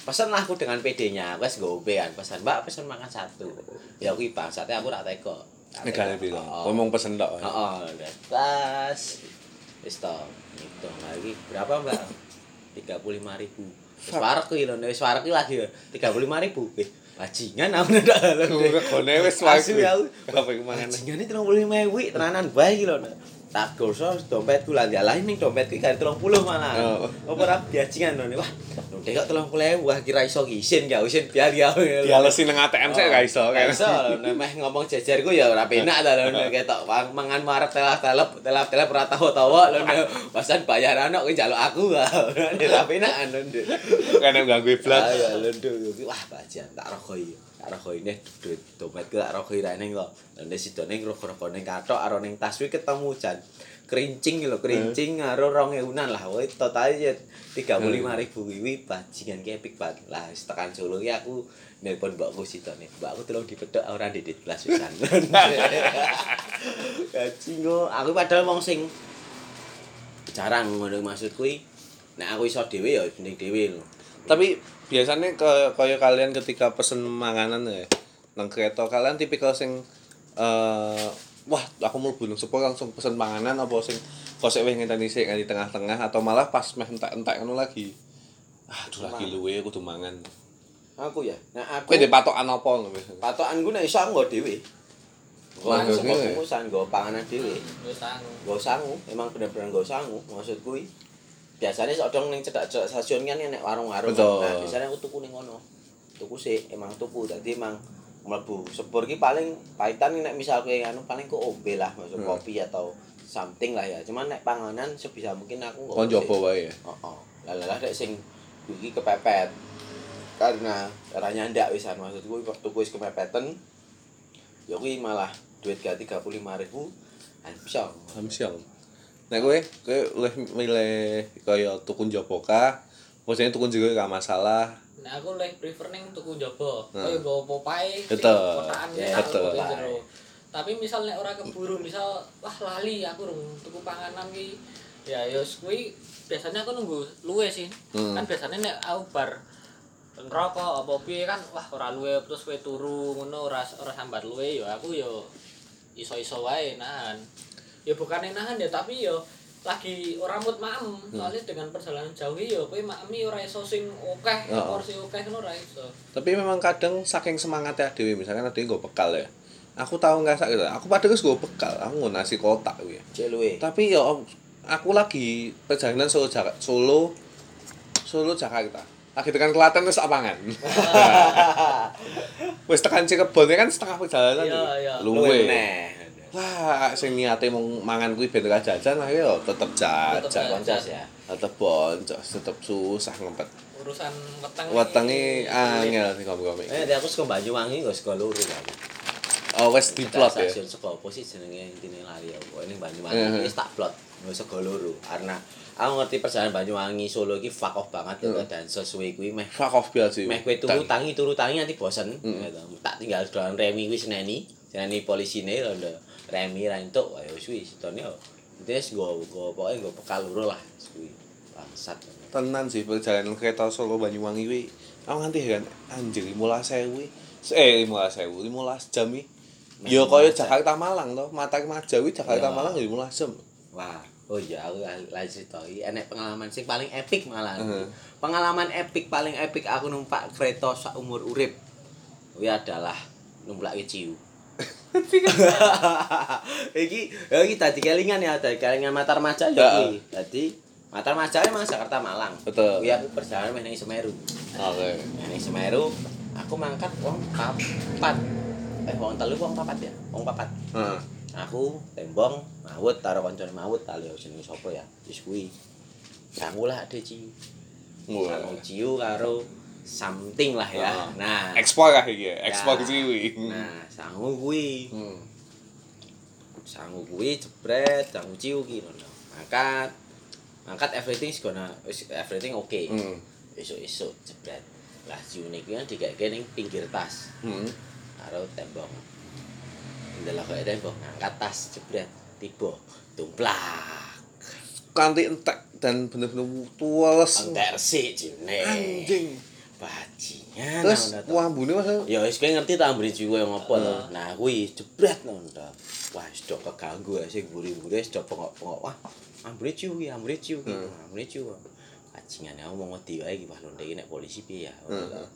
pesan lah aku dengan PD-nya aku wis nggo OB kan pesan mbak pesan makan satu ya kuwi bangsate aku rak tega Rak
Negara
tega.
piro?
Heeh.
Ngomong pesen tok.
Oh, udah pas. Wis to, ngitung lagi berapa, Mbak? 35.000. Wis warek kuwi lho, wis warek kuwi lagi ya. 35.000. Eh, bajingan aku ndak lho.
Ora gone wis
Asu ya. aku.
Apa iku mangan?
Bajingane 35.000 tenanan bae iki lho. Nak. Tak gorso dompetku lah jalan ning dompetku gak 30 malah.
Oh.
Apa ora bajingan lho. Wah, lho dek kok 30.000 wah kira iso isin gak isin biar ya.
Dialesi nang ATM saya ga iso. kan.
Gak iso lho, nek meh ngomong jajarku ya ora penak ta lho nek ketok wang- mangan marep telap-telap, telap-telap ora tawa-tawa lho. nek. Pasan bayaran kok njaluk aku wah. Nek Ora penak lho. Nduk.
Kene Kan ganggu
Ah,
blas.
ya lho Nduk. wah bajian tak rokoi. Tak rokoi nih duit dompetku tak rokoi ra ning kok. Lah nek sidone ngrokok-rokok ning kathok karo ning tas kuwi ketemu jan. Kerincing lho, kerincing karo 2000-an lah. Woi total ya 35.000 kuwi bajingan ki epic banget. Lah wis tekan Solo ki aku nelpon mbakku sidone. Mbakku tolong dipethok ora ndidit blas pisan. Gajingo, aku padahal wong sing jarang ngono maksud kuwi. Nek aku iso dhewe ya ning dhewe lho.
Tapi biasanya ke kaya kalian ketika pesen makanan ya nang kereta kalian tipikal sing eh wah aku mau bunuh sepuluh langsung pesen panganan apa sing kosek weh ngenteni sik kan di tengah-tengah atau malah pas meh entek-entek ngono lagi. Ah, aduh lagi luwe kudu mangan.
Aku ya. Nah aku
Kowe di patokan apa ngono biasanya?
patokanku nek iso aku nggo dhewe.
Wah,
Wah, saka
iya.
pengusan nggo panganan dhewe.
Wis sangu.
Nggo sangu, emang bener-bener nggo sangu maksud kuwi. Biasanya sodong ning cedak-cedak stasiun kan nek warung-warung.
Betul.
Nah, biasanya aku tuku ning ngono. Tuku sih emang tuku dadi emang mlebu sepur ki paling paitan nek misal kowe anu paling ku ombe lah maksud
Hmm.
kopi atau something lah ya. Cuman nek panganan sebisa mungkin aku nggo
Kon
sih.
jopo wae ya.
Oh, lalalah dek sing iki kepepet. Karena caranya ndak wisan maksudku waktu wis kepepetan ya kuwi malah duit gak 35.000 hancur.
Hamsyong. Nek kowe, kowe oleh milih kaya tukun jopo kah? Maksudnya tukun juga gak masalah.
Nah aku lebih prefer ning tuku njaba.
Nah.
Kaya nggo popai
Betul.
kotakan
Ya,
misal
betul.
kopi jero. Tapi misal nek ora keburu misal wah lali aku rung tuku panganan ki ya yo kuwi biasanya aku nunggu luwe sih.
Hmm.
Kan biasanya nek aku bar rokok apa piye kan wah ora luwe terus kowe turu ngono ora ora sambat luwe yo aku yo iso-iso wae nahan. Ya bukan nahan ya tapi yo lagi ora mood maem soalnya dengan perjalanan jauh ki yo kowe maemi ora iso sing akeh
Heeh.
porsi akeh ngono ora iso.
Tapi memang kadang saking semangatnya dhewe misalkan ada gue bekal ya. Aku tahu nggak sakit. Aku padahal gue bekal. Aku nggo nasi kotak gue.
Cek luwe.
Tapi ya aku lagi perjalanan Solo Jaka- Solo Solo Jakarta. Lagi tekan Klaten wis apangan. wis tekan Cirebon ya kan setengah perjalanan.
Iya,
iki.
iya.
[LAUGHS] Luwe.
meneh.
Wah, sing niate mau mangan kuwi ben ora jajan akhirnya ya tetep jajan.
Tetep
Koncos ya.
tetep boncos tetep susah ngempet
urusan weteng
wetenge ah,
sulit.
angel sing komik
Eh, dia aku saka Banyuwangi kok saka luru kan.
oh wes diplot ya
Stasiun saka apa sih jenenge intine lali aku. Ini
Mhm.
Banyuwangi wis tak plot. Wis saka luru karena aku ngerti perjalanan Banyuwangi Solo iki fuck off banget ya dan sesuai kuwi meh
fuck off biar sih
meh kowe turu tangi turu tangi nanti bosen gitu. tak tinggal dolan remi wis seneni seneni polisine lho ndo remi ra entuk ayo wis wis tone yo wis go go pokoke go bekal loro lah wis kuwi bangsat
tenan sih perjalanan kereta Solo Banyuwangi kuwi aku nganti heran anjir 15000 kuwi. eh 15000 15 jam iki Ya kaya Jakarta Malang to, Mata Maja kuwi Jakarta
Ya.
Malang ya 15 jam.
wah oh iya aku lagi cerita iki enek pengalaman sing paling epic malah
Mhm.
pengalaman epic paling epic aku numpak kereta sak umur urip kuwi adalah numpak ciu [LAUGHS] iki ya iki tadi kelingan ya tadi kelingan Matar Maja
Heeh.
ya kuwi tadi Matar Maja emang Jakarta Malang
Betul.
kuwi aku perjalanan menyang Semeru
Oke.
menyang Semeru aku mangkat wong papat eh wong telu wong papat ya wong papat
Heeh.
aku tembong mawut taruh koncone mawut tali jenenge sapa ya wis kuwi sangu lah ade ciu
Wah.
sangu ciu karo something lah ya
Ah.
nah
Ekspor lah iki, ya. ekspor
Ya.
kiwi.
nah sangu kuwi
Hmm.
sangu kuwi jebret sangu ciu ki ngono angkat angkat everything is gonna is- everything oke okay.
Hmm.
esuk-esuk jebret lah ciu niku kan digaweke ning pinggir tas
Hmm.
karo tembok ndelok kok tembok ngangkat tas jebret tiba tumplak
Kanti entek dan bener-bener tules.
entek resik jene
Anjing.
bajingan
Terus
ana to.
wambune Mas.
ya wis kowe ngerti tak ambri jiwa yang apa to
Heeh.
nah kuwi jebret ngono to wah wis do keganggu ya sing mburi-mburi wis do pengok-pengok wah ambri ciu ki ambri ciu ki
Hmm.
ambri ciu bajingan aku mau ngedi wae iki wah lonte iki nek polisi piye ya ngono to.
Hmm.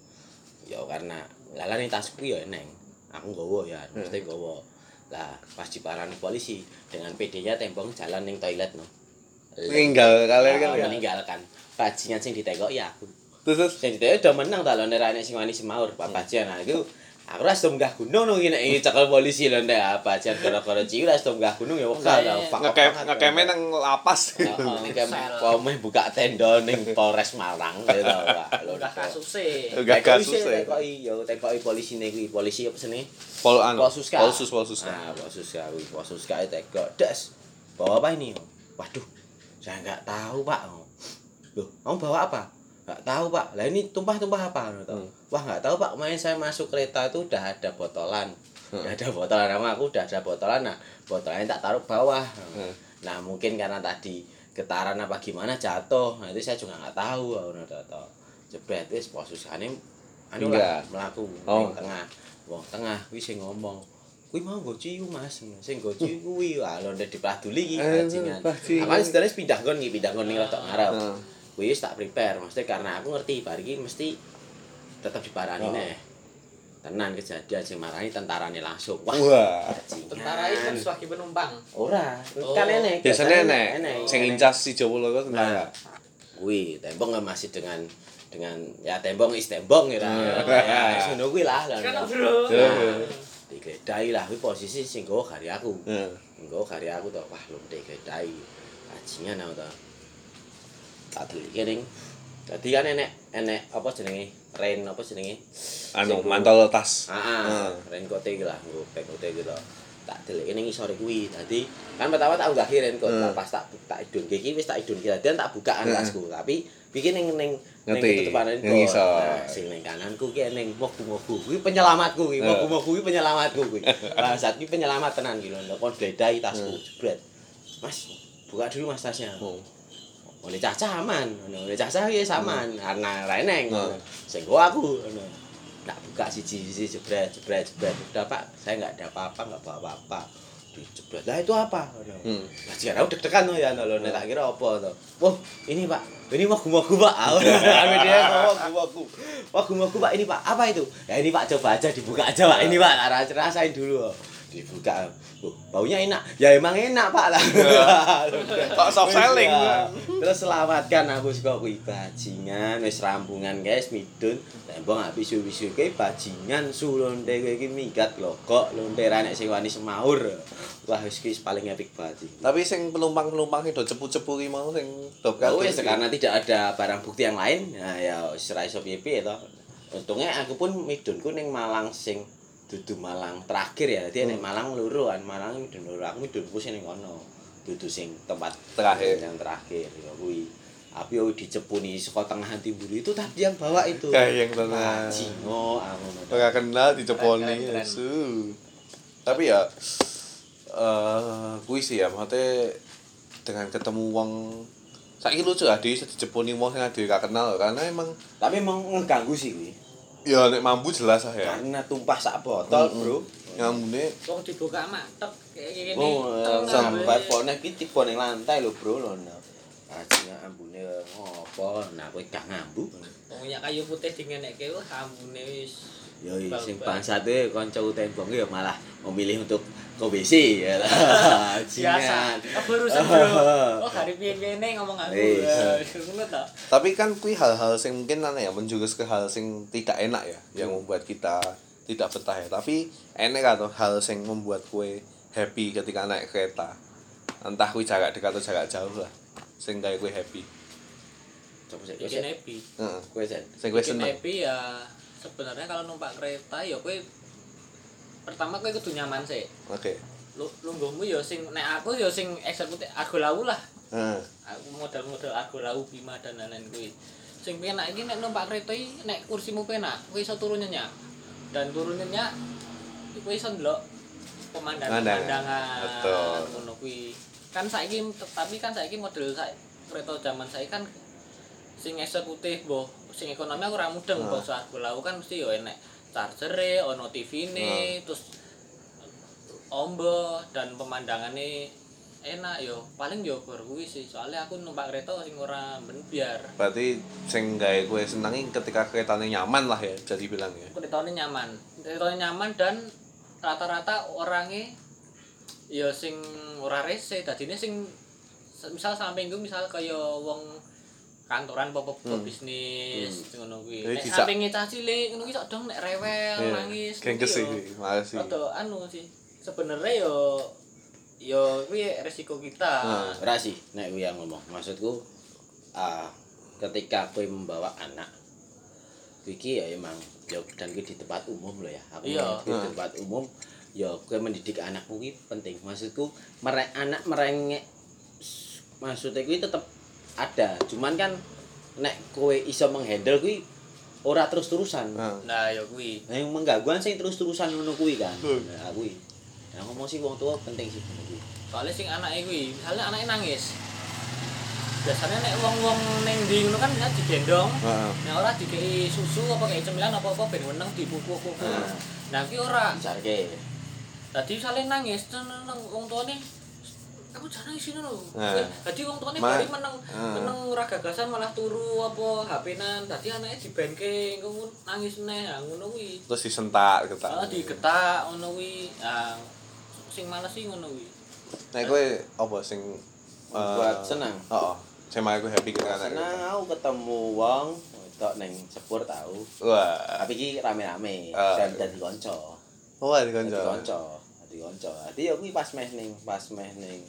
ya karena lala ning tasku ya neng aku nggawa ya
Hmm.
mesti nggawa lah pas diparani polisi dengan PD-nya tembong jalan ning toilet no
Ninggal kalian
Nah,
kan. ya?
meninggalkan bajingan sing ditekok ya aku
Terus terus
sing ditekok udah menang ta lho nerane sing wani semaur Pak Bajian nah aku aku ras do munggah gunung no iki nek iki cekel polisi lho nek ah, Bajian gara-gara ciu ras do munggah gunung ya wekal ta
Lah, iya.
Fuck off
ngekem
banget.
ngekeme nang lapas.
Heeh, ngekeme
Sel.
Pome buka tenda ning Polres Malang ya ta Pak Lho,
udah kasusnya
Enggak
Tekoki sih,
kasus ya.
Tekoki yo tekoki polisi nih kuwi. Polisi apa sini?
Pol anu.
Polsuska.
Polsus polsus.
Nah, polsuska kuwi. Polsuska itu tekok. Das. Bawa apa ini? Waduh. Saya nggak tahu, Pak. Loh, kamu bawa apa? Nggak tahu, Pak. Lah ini tumpah-tumpah apa? Gitu.
Hmm.
Wah, nggak tahu, Pak. Kemarin saya masuk kereta itu udah ada botolan.
Hmm.
Udah ada botolan sama aku, udah ada botolan. Nah, botolannya tak taruh bawah.
Hmm.
Nah, mungkin karena tadi getaran apa gimana jatuh. Nah, itu saya juga nggak tahu. Ngono to, to. Jebret wis posuskane anu lah
Enggak.
mlaku
Oh.
ning tengah. Wong tengah kuwi sing ngomong. Kuwi mau nggo ciu, Mas. Sing nggo ciu kuwi wah lho ndek dipraduli iki
Eh,
bajingan.
bajingan. Ah.
Awalnya sebenarnya pindah kon iki, pindah kon ning rodok ngarep.
Heeh.
Kuwi wis tak prepare, mesti karena aku ngerti bar iki mesti tetep diparani
Oh.
neh. Tenan kejadian sing marani tentarane langsung. Wah.
Wah.
bajingan.
tentara itu kan sebagai penumpang
Ora,
Oh.
kan nenek.
Biasanya nek sing
Nenek.
incas si Jawa kan. Ah. Loro tentara.
Wih, tembong kan masih dengan dengan ya tembong is tembong ya.
Hmm.
Ya, Ngono kuwi lah. lah.
kan bro
Heeh.
Digledai lah kuwi posisi sing nggawa kari aku.
Heeh.
Nggawa kari aku to, wah lum digledai. Ajingan aku to. Tak delike ning. Dadi kan enek enek apa jenenge? Rain apa jenenge?
Anu
Sing-
mantel tas.
Ah.
Ah.
Heeh, raincoat iki lah, nggo raincoat iki to. Tak deleke ning isore kuwi. Dadi kan pertama tak unggahi raincoat
Hmm.
tak pas tak tak idunke iki wis tak idunke dan tak bukaan
Hmm.
tasku. Tapi iki ning ning ning
Ngerti,
ketutupan
ning
raincoat.
isor.
Nah, sing ning kananku ki ning mogu-mogu. Kuwi penyelamatku kuwi,
Hmm.
mogu-mogu kuwi penyelamatku
[LAUGHS]
kuwi. Bangsat ki penyelamat tenan ki lho. Kon gledai
Ah.
tasku jebret. Mas, buka dulu Mas tasnya.
Oh.
oleh cah aman ngono oleh cah ya saman karena reneng
Hmm.
sing gua aku ngono tak buka siji siji jebret jebret jebret udah pak saya nggak ada apa-apa nggak bawa apa-apa jebret lah itu apa ngono
Hmm.
lah jangan aku deg-degan tuh ya ngono nek tak kira apa to wah ini pak ini wagu-wagu
[LAUGHS]
pak ame dia wagu-wagu wagu-wagu pak ini pak apa itu ya ini pak coba aja dibuka aja pak ini pak ras- rasain dulu dibuka Wah, baunya enak ya emang enak pak lah [LAUGHS]
Kok soft selling?
Iya. terus selamatkan aku saka kuwi bajingan wis rambungan guys midun tembong habis suwi-suwi kuwi bajingan sulonte kowe iki minggat logok lonte ra nek sing wani semaur wah wis kuwi paling epic banget iki
Tapi sing penumpang-penumpang itu cepu-cepu ki mau sing top
Ya
kartu
wis
iki.
karena tidak ada barang bukti yang lain nah ya wis ra iso piye-piye to untungnya aku pun midunku ning Malang sing dudu Malang terakhir ya dadi
Hmm.
nek Malang loro kan Malang midun loro aku midunku sing ning kono dudu sing tempat
Terakhir.
yang terakhir ya kuwi api yo dicepuni saka tengah timur itu tadi yang bawa itu
Kayak yang tengah.
tengah Cino ngono
Ora kenal diceponi
Keren, keren, keren.
su. Tapi ya eh kuwi sih ya maksudnya dengan ketemu wong saiki lucu lah di dijeponi wong sing ade gak kenal karena emang
tapi emang ngeganggu sih kuwi
ya nek mambu jelas lah ya. Hmm,
karena tumpah sak botol
Mm-mm.
bro
Ngambune
kok dibuka mantep kayak gini
Oh,
Tengah,
sampai
weh.
pone iki tiba ning lantai lho, Bro, lho. Aja ambune ngopo? Nah, kowe gak ngambu.
Pokoknya kayu putih dingenekke wah ambune wis.
Ya
Bang,
sing
Bang.
bangsate kanca tembong ya malah memilih untuk ke WC ya. [LAUGHS] lah. Jingan.
Aku rusak
[LAUGHS]
bro. Oh hari piye-piye ngomong aku.
Wis.
Eh, Ngono ta.
tapi kan kuwi hal-hal sing mungkin aneh ya menjurus ke hal sing tidak kan enak ya yang membuat kita tidak betah ya tapi enak atau hal sing membuat kue happy ketika naik kereta entah kui jarak dekat atau jarak jauh lah sing kayak kui happy
coba sih
bikin happy
Heeh.
kue sen
sing kui
bikin
seneng
happy ya sebenarnya kalau numpak kereta ya kowe pertama kowe kudu nyaman sih
oke
lu lungguhmu ya sing nek aku ya sing eksekutif aku lau lah
Heeh.
aku modal-modal aku lau bima dan lain-lain kuwi sing penak iki nek numpak kereta iki nek kursimu penak kowe iso turun nyenyak dan turun nyenyak kowe iso ndelok
Pemandangan.
pemandangan-pemandangan
Betul.
ngono kuwi kan saiki tapi kan saiki model saiki kereta zaman saiki kan sing eksekutif boh sing ekonomi aku ora mudeng
Ah.
boh so aku lau kan mesti yo enek charger ono TV-ne terus ombo dan pemandangannya enak yo paling yo bar kuwi sih soalnya aku numpak kereta sing ora ben biar
berarti sing kayak kui senengi ketika keretanya nyaman lah ya jadi bilang ya
keretane nyaman keretane nyaman dan rata-rata orangnya yo sing ora rese dadine sing misal samping gue misal kaya wong kantoran apa
Hmm.
hmm. bisnis ngono kuwi
Jadi
nek
dijak-
sampinge cah cilik ngono kuwi sok dong nek rewel
Iya.
nangis
gengges sih
kuwi yo.
males sih
Rada anu sih. Sebenarnya yo yo kuwi resiko kita.
Nah.
ora sih nek kuwi yang ngomong maksudku ah, ketika kowe membawa anak iki ya emang ya dan kuwi di tempat umum loh ya aku
Iya.
ngomong di
Nah.
tempat umum ya kowe mendidik anakmu kuwi penting maksudku mere anak merengek s- maksudnya kuwi tetep ada cuman kan nek kowe iso menghandle kuwi ora terus-terusan
Nah.
Nah, yo kuwi.
Nah, yang menggangguan sih terus-terusan ngono kuwi kan. Nah, aku iki. Nah, ngomong sih wong tua penting sih ngono kuwi.
Soalnya sing anake kuwi, misalnya anake nangis. Biasanya nek wong-wong ning ndi ngono kan biasanya digendong.
Heeh.
Nah, ora dikei susu apa kei cemilan apa-apa ben weneng dipupuk-pupuk.
Nah.
Nah, kuwi ora.
Dicarke.
Tadi misalnya nangis, nang nang- nang wong tuane kamu jangan nangis sini loh.
Nah.
Tadi wong tuane
Ah. Ma-
bari meneng,
Ah.
meneng ora gagasan malah turu apa HP-nan. Tadi anaknya dibengkeng, kamu nangis neh, nah, ngono kuwi.
terus disentak ketak
Heeh digetak ngono kuwi. Ah sing males sih ngono kuwi.
Nek kowe apa sing eh,
Oh, Buat senang.
Heeh. Saya malah kowe happy ketika naik
Senang
kereta.
aku ketemu wong tok ning sepur tau.
Wah.
Tapi iki rame-rame
Ah.
dan dadi kanca.
Wah, di
Dadi
konco.
kanca. Dadi kanca. Dadi ya kuwi pas meh ning pas meh ning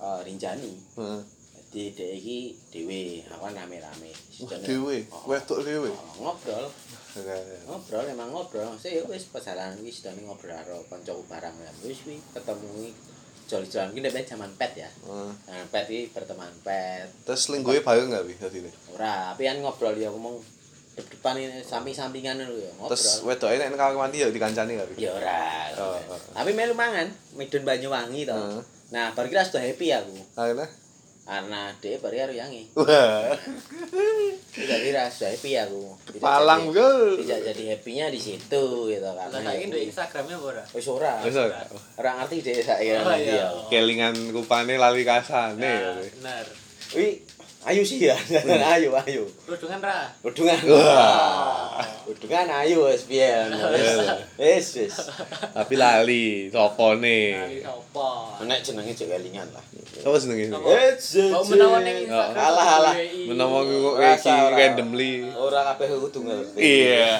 eh, Rinjani.
Heeh.
Dadi dhek iki dhewe, aku kan rame-rame. Oh,
Wah, dhewe. Wedok dhewe.
Ngobrol. ngobrol emang ngobrol sih wis perjalanan wis dan ngobrol karo kanca barang lan wis wi ketemu jalan-jalan iki nek zaman pet ya
Heeh.
zaman pet iki pertemanan pet
Terus linggoe bareng enggak bi tadi ini?
ora tapi kan ngobrol ya ngomong depan ini samping-sampingan lho ya
Terus
ngobrol
wedoke nek nang kamar mandi ya dikancani enggak bi?
ya ora
Oh, oh, oh.
tapi melu mangan midun Banyuwangi to
Heeh.
nah bar kira sudah happy aku
Akhirnya?
karena dhek bar karo yangi
Wah.
jadi kira sudah happy aku Tidak
Palang
jadi-
gol.
tidak jadi happy-nya di situ gitu karena
Lah saiki
ya
ndek
kuwi.
Instagram-e apa ora?
wis ora
Wis ora.
Ora ngerti dhek saiki
Oh, iya.
Kelingan rupane lali kasane ya.
Nah,
Bi.
bener.
Wi, ayo sih ya.
Hmm.
[LAUGHS] ayo, ayo.
Rodongan ra.
Udungan.
Wah.
Udungan ayo wis piye. ngono. Wis, Wis, wis.
Tapi lali sopone.
Kali sapa?
Nek jenenge cek kelingan lah.
Apa senenge?
Apa?
Wis.
Kok menawa ning Instagram.
Alah, alah.
WI.
Oh, Menawa kok
Rasa
iki
ora.
randomly.
Ora kabeh kudu ngerti.
Iya.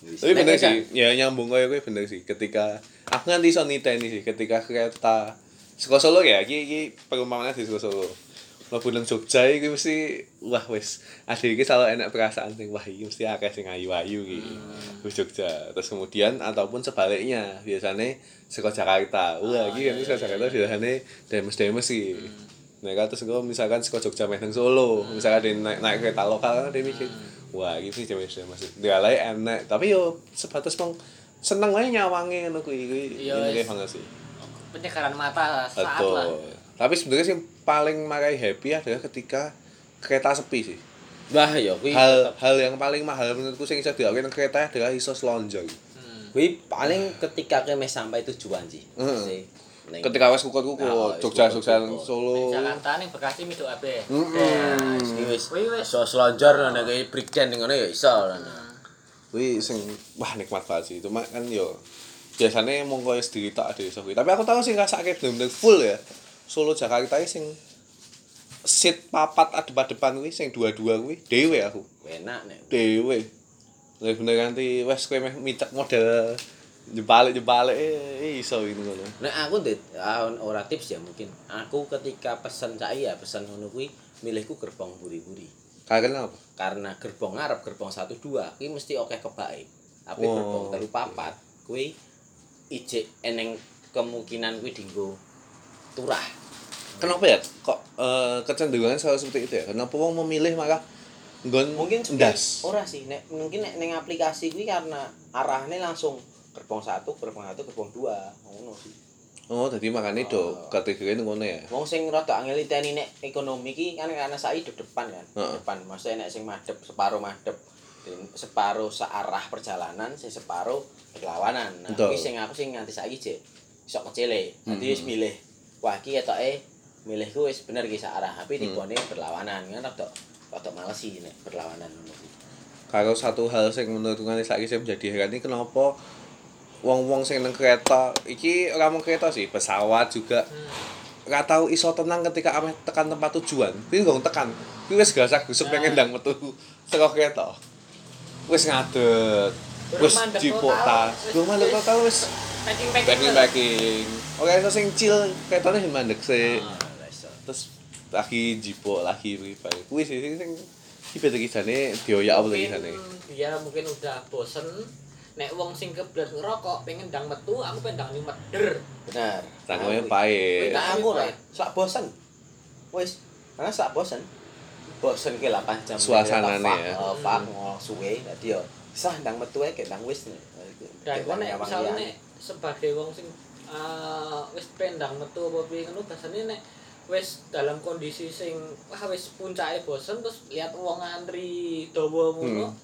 Wis.
Tapi
Nek
bener
wis,
sih, ya nyambung koyo kowe bener sih. Ketika aku nganti iso niteni sih ketika kereta saka Solo ya, iki iki perumpamane di saka Solo. Mlebu nang Jogja iki mesti wah wis ade iki selalu enak perasaan sing wah iki mesti akeh sing ayu-ayu iki.
Hmm.
Wis Jogja. Terus kemudian ataupun sebaliknya, biasane saka Jakarta. Wah,
Ah,
iki kan
iya,
saka
iya, Hmm.
Jakarta biasane demes-demes sih. Nah, kan terus gue misalkan saka Jogja meh nang Solo, misalkan dia naik, naik kereta lokal kan dia mikir, wah gitu sih cewek sih masih dia lain enak, tapi yo sebatas mong seneng aja nyawangi ngono kuwi kuwi
Iya,
ini kayak
wis.
banget sih.
Penyegaran mata saat lah.
Betul. Tapi sebenarnya sih yang paling marai happy adalah ketika kereta sepi sih.
Bah ya
Iya,
kuwi.
Hal hal yang paling mahal menurutku sing iso dilakukan nang kereta adalah iso selonjong.
Hmm.
Kuwi paling ketika kowe meh sampai tujuan sih.
Heeh.
Sih. Ning-
Ketika wes kukut-kukut,
Ya,
Nah, wes
Jogja Jogja
kukut-kukut.
Solo.
Ning Jakarta ning Bekasi midok abe.
Mm-mm.
Iki wis.
Kuwi wis.
Iso selonjor lho nek kuwi break dance ngono ya iso.
Wih, sing wah nikmat banget sih. Cuma kan yo biasanya mung koyo sendiri tak ada iso kuwi. Tapi aku tahu sih ngrasake bener-bener full ya. Solo Jakarta iki sing seat papat adep-adepan kuwi sing dua-dua kuwi dhewe aku.
Enak nek.
Dhewe. Lah bener ganti wes kowe meh micak model jebalik jebalik eh iso ini ngono
Nek aku ndek ah, ora tips ya mungkin. Aku ketika pesen cai ya pesen ngono kuwi milihku gerbong buri-buri.
karena apa
Karena gerbong ngarep gerbong 1 2 kuwi mesti oke kebake. Tapi
Oh,
gerbong telu
oke.
papat kuwi ijek eneng kemungkinan kuwi dinggo turah.
kenapa ya kok eh, kecenderungan selalu seperti itu ya kenapa wong memilih malah nggon
Mungkin juga-
ndas
Eh, Ora sih nek mungkin nek ning aplikasi kuwi karena arahnya langsung gerbong 1, gerbong 1, gerbong 2 ngono sih.
oh jadi makanya do
Oh.
kategori ngono ya
Wong sing rada angel iteni nek ekonomi ki kan karena saiki dep depan kan.
Heeh.
Depan maksudnya nek sing madep separo madep Dan separo searah perjalanan sing separo berlawanan. Nah,
Betul. Hmm.
kuwi sing aku sing nganti saiki jek sok
Eh,
kecile. Dadi
Mm-mm.
wis milih. Wah iki etoke milihku wis bener ki searah tapi
Mm.
tipone berlawanan kan rada rada males sih nek berlawanan ngono kuwi.
kalau satu hal sing menurut ngene saiki saya menjadi heran ini kenapa wong-wong sing nang kereta iki ora mung kereta sih pesawat juga ora tau iso tenang ketika ameh tekan tempat tujuan kuwi gong tekan kuwi wis gasak gusuk
Nah.
pengen ndang metu saka kereta wis ngadet wis
mandek
dipota
total.
lu mandek
Wis-
total wis
packing
packing packing oke iso sing chill keretane sing mandek sih
Nah, iso.
terus lagi jipok lagi pribadi kuwi sih sing sing iki beda kisane dioyak apa lagi kisane
dia mungkin udah bosen nek wong sing kebelet ngerokok pengen dang metu aku pengen dang limet der
Bener.
tanggungnya
Nah,
pahit
Nah, aku ora, sak bosen. Wis, karena sak bosen. Bosen ke 8 jam.
Suasanane
Fuck,
ya.
eh, Fuck
Hmm.
ngol suwe dadi yo. Sah ndang metu ae kendang wis. nih.
dan kok
Kendang
nek
nyawang
misalnya
liyan.
nek sebagai wong sing eh, wis pendang metu apa piye ngono biasanya nek wis dalam kondisi sing wah wis puncake bosen terus lihat wong antri dawa ngono
Hmm.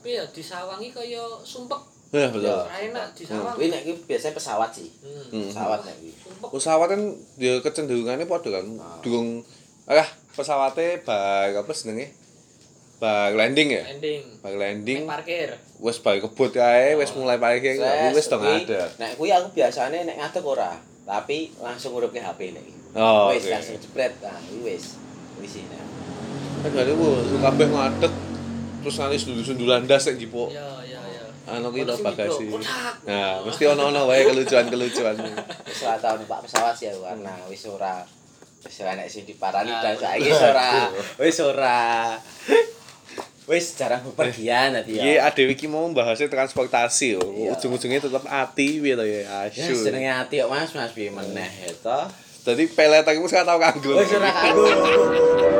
piye disawangi kaya sumpek
ya betul
Yo,
Ora enak disawang.
Hmm. Kuwi nek kuwi biasanya pesawat sih.
hmm.
Hmm.
Pesawat nek kuwi.
sumpek
pesawat kan ya kecenderungannya padha kan
Ah.
durung ah pesawatnya bar apa senenge bar landing ya
ending
bar
Nek
landing
parkir
wes bar kebut kae wes
Oh.
mulai parkir
Ses,
kuwi wes dong
kuwi-
ada
Nek kuwi aku biasanya nek ngadeg ora, tapi langsung ngurupke HP nek. kuwi.
oh
Wis
oke
langsung jebret. Nah, kuwi wis. Wis sih. nek.
kan dari bu lu kabeh ngadeg terus nanti sundul-sundulan das yang jipuk
ya ya ya
Oh. anu kita
Ono sing
bagasi
diblok, kotak.
nah mesti ono-ono wae kelucuan-kelucuan
wis ora tau numpak pesawat sih aku karena wis ora wis ora nek sing diparani
Ah,
dan saiki wis ora wis ora wis jarang bepergian tadi ya.
Iya, adewe iki mau bahasnya transportasi lho.
Iya.
Ujung-ujungnya tetap ati piye to ya.
Ya
Asyik.
jenenge ati kok Mas Mas piye meneh ya to. Oh, iya,
Jadi pelet aku wis gak tau kanggo.
Wis ora kanggo.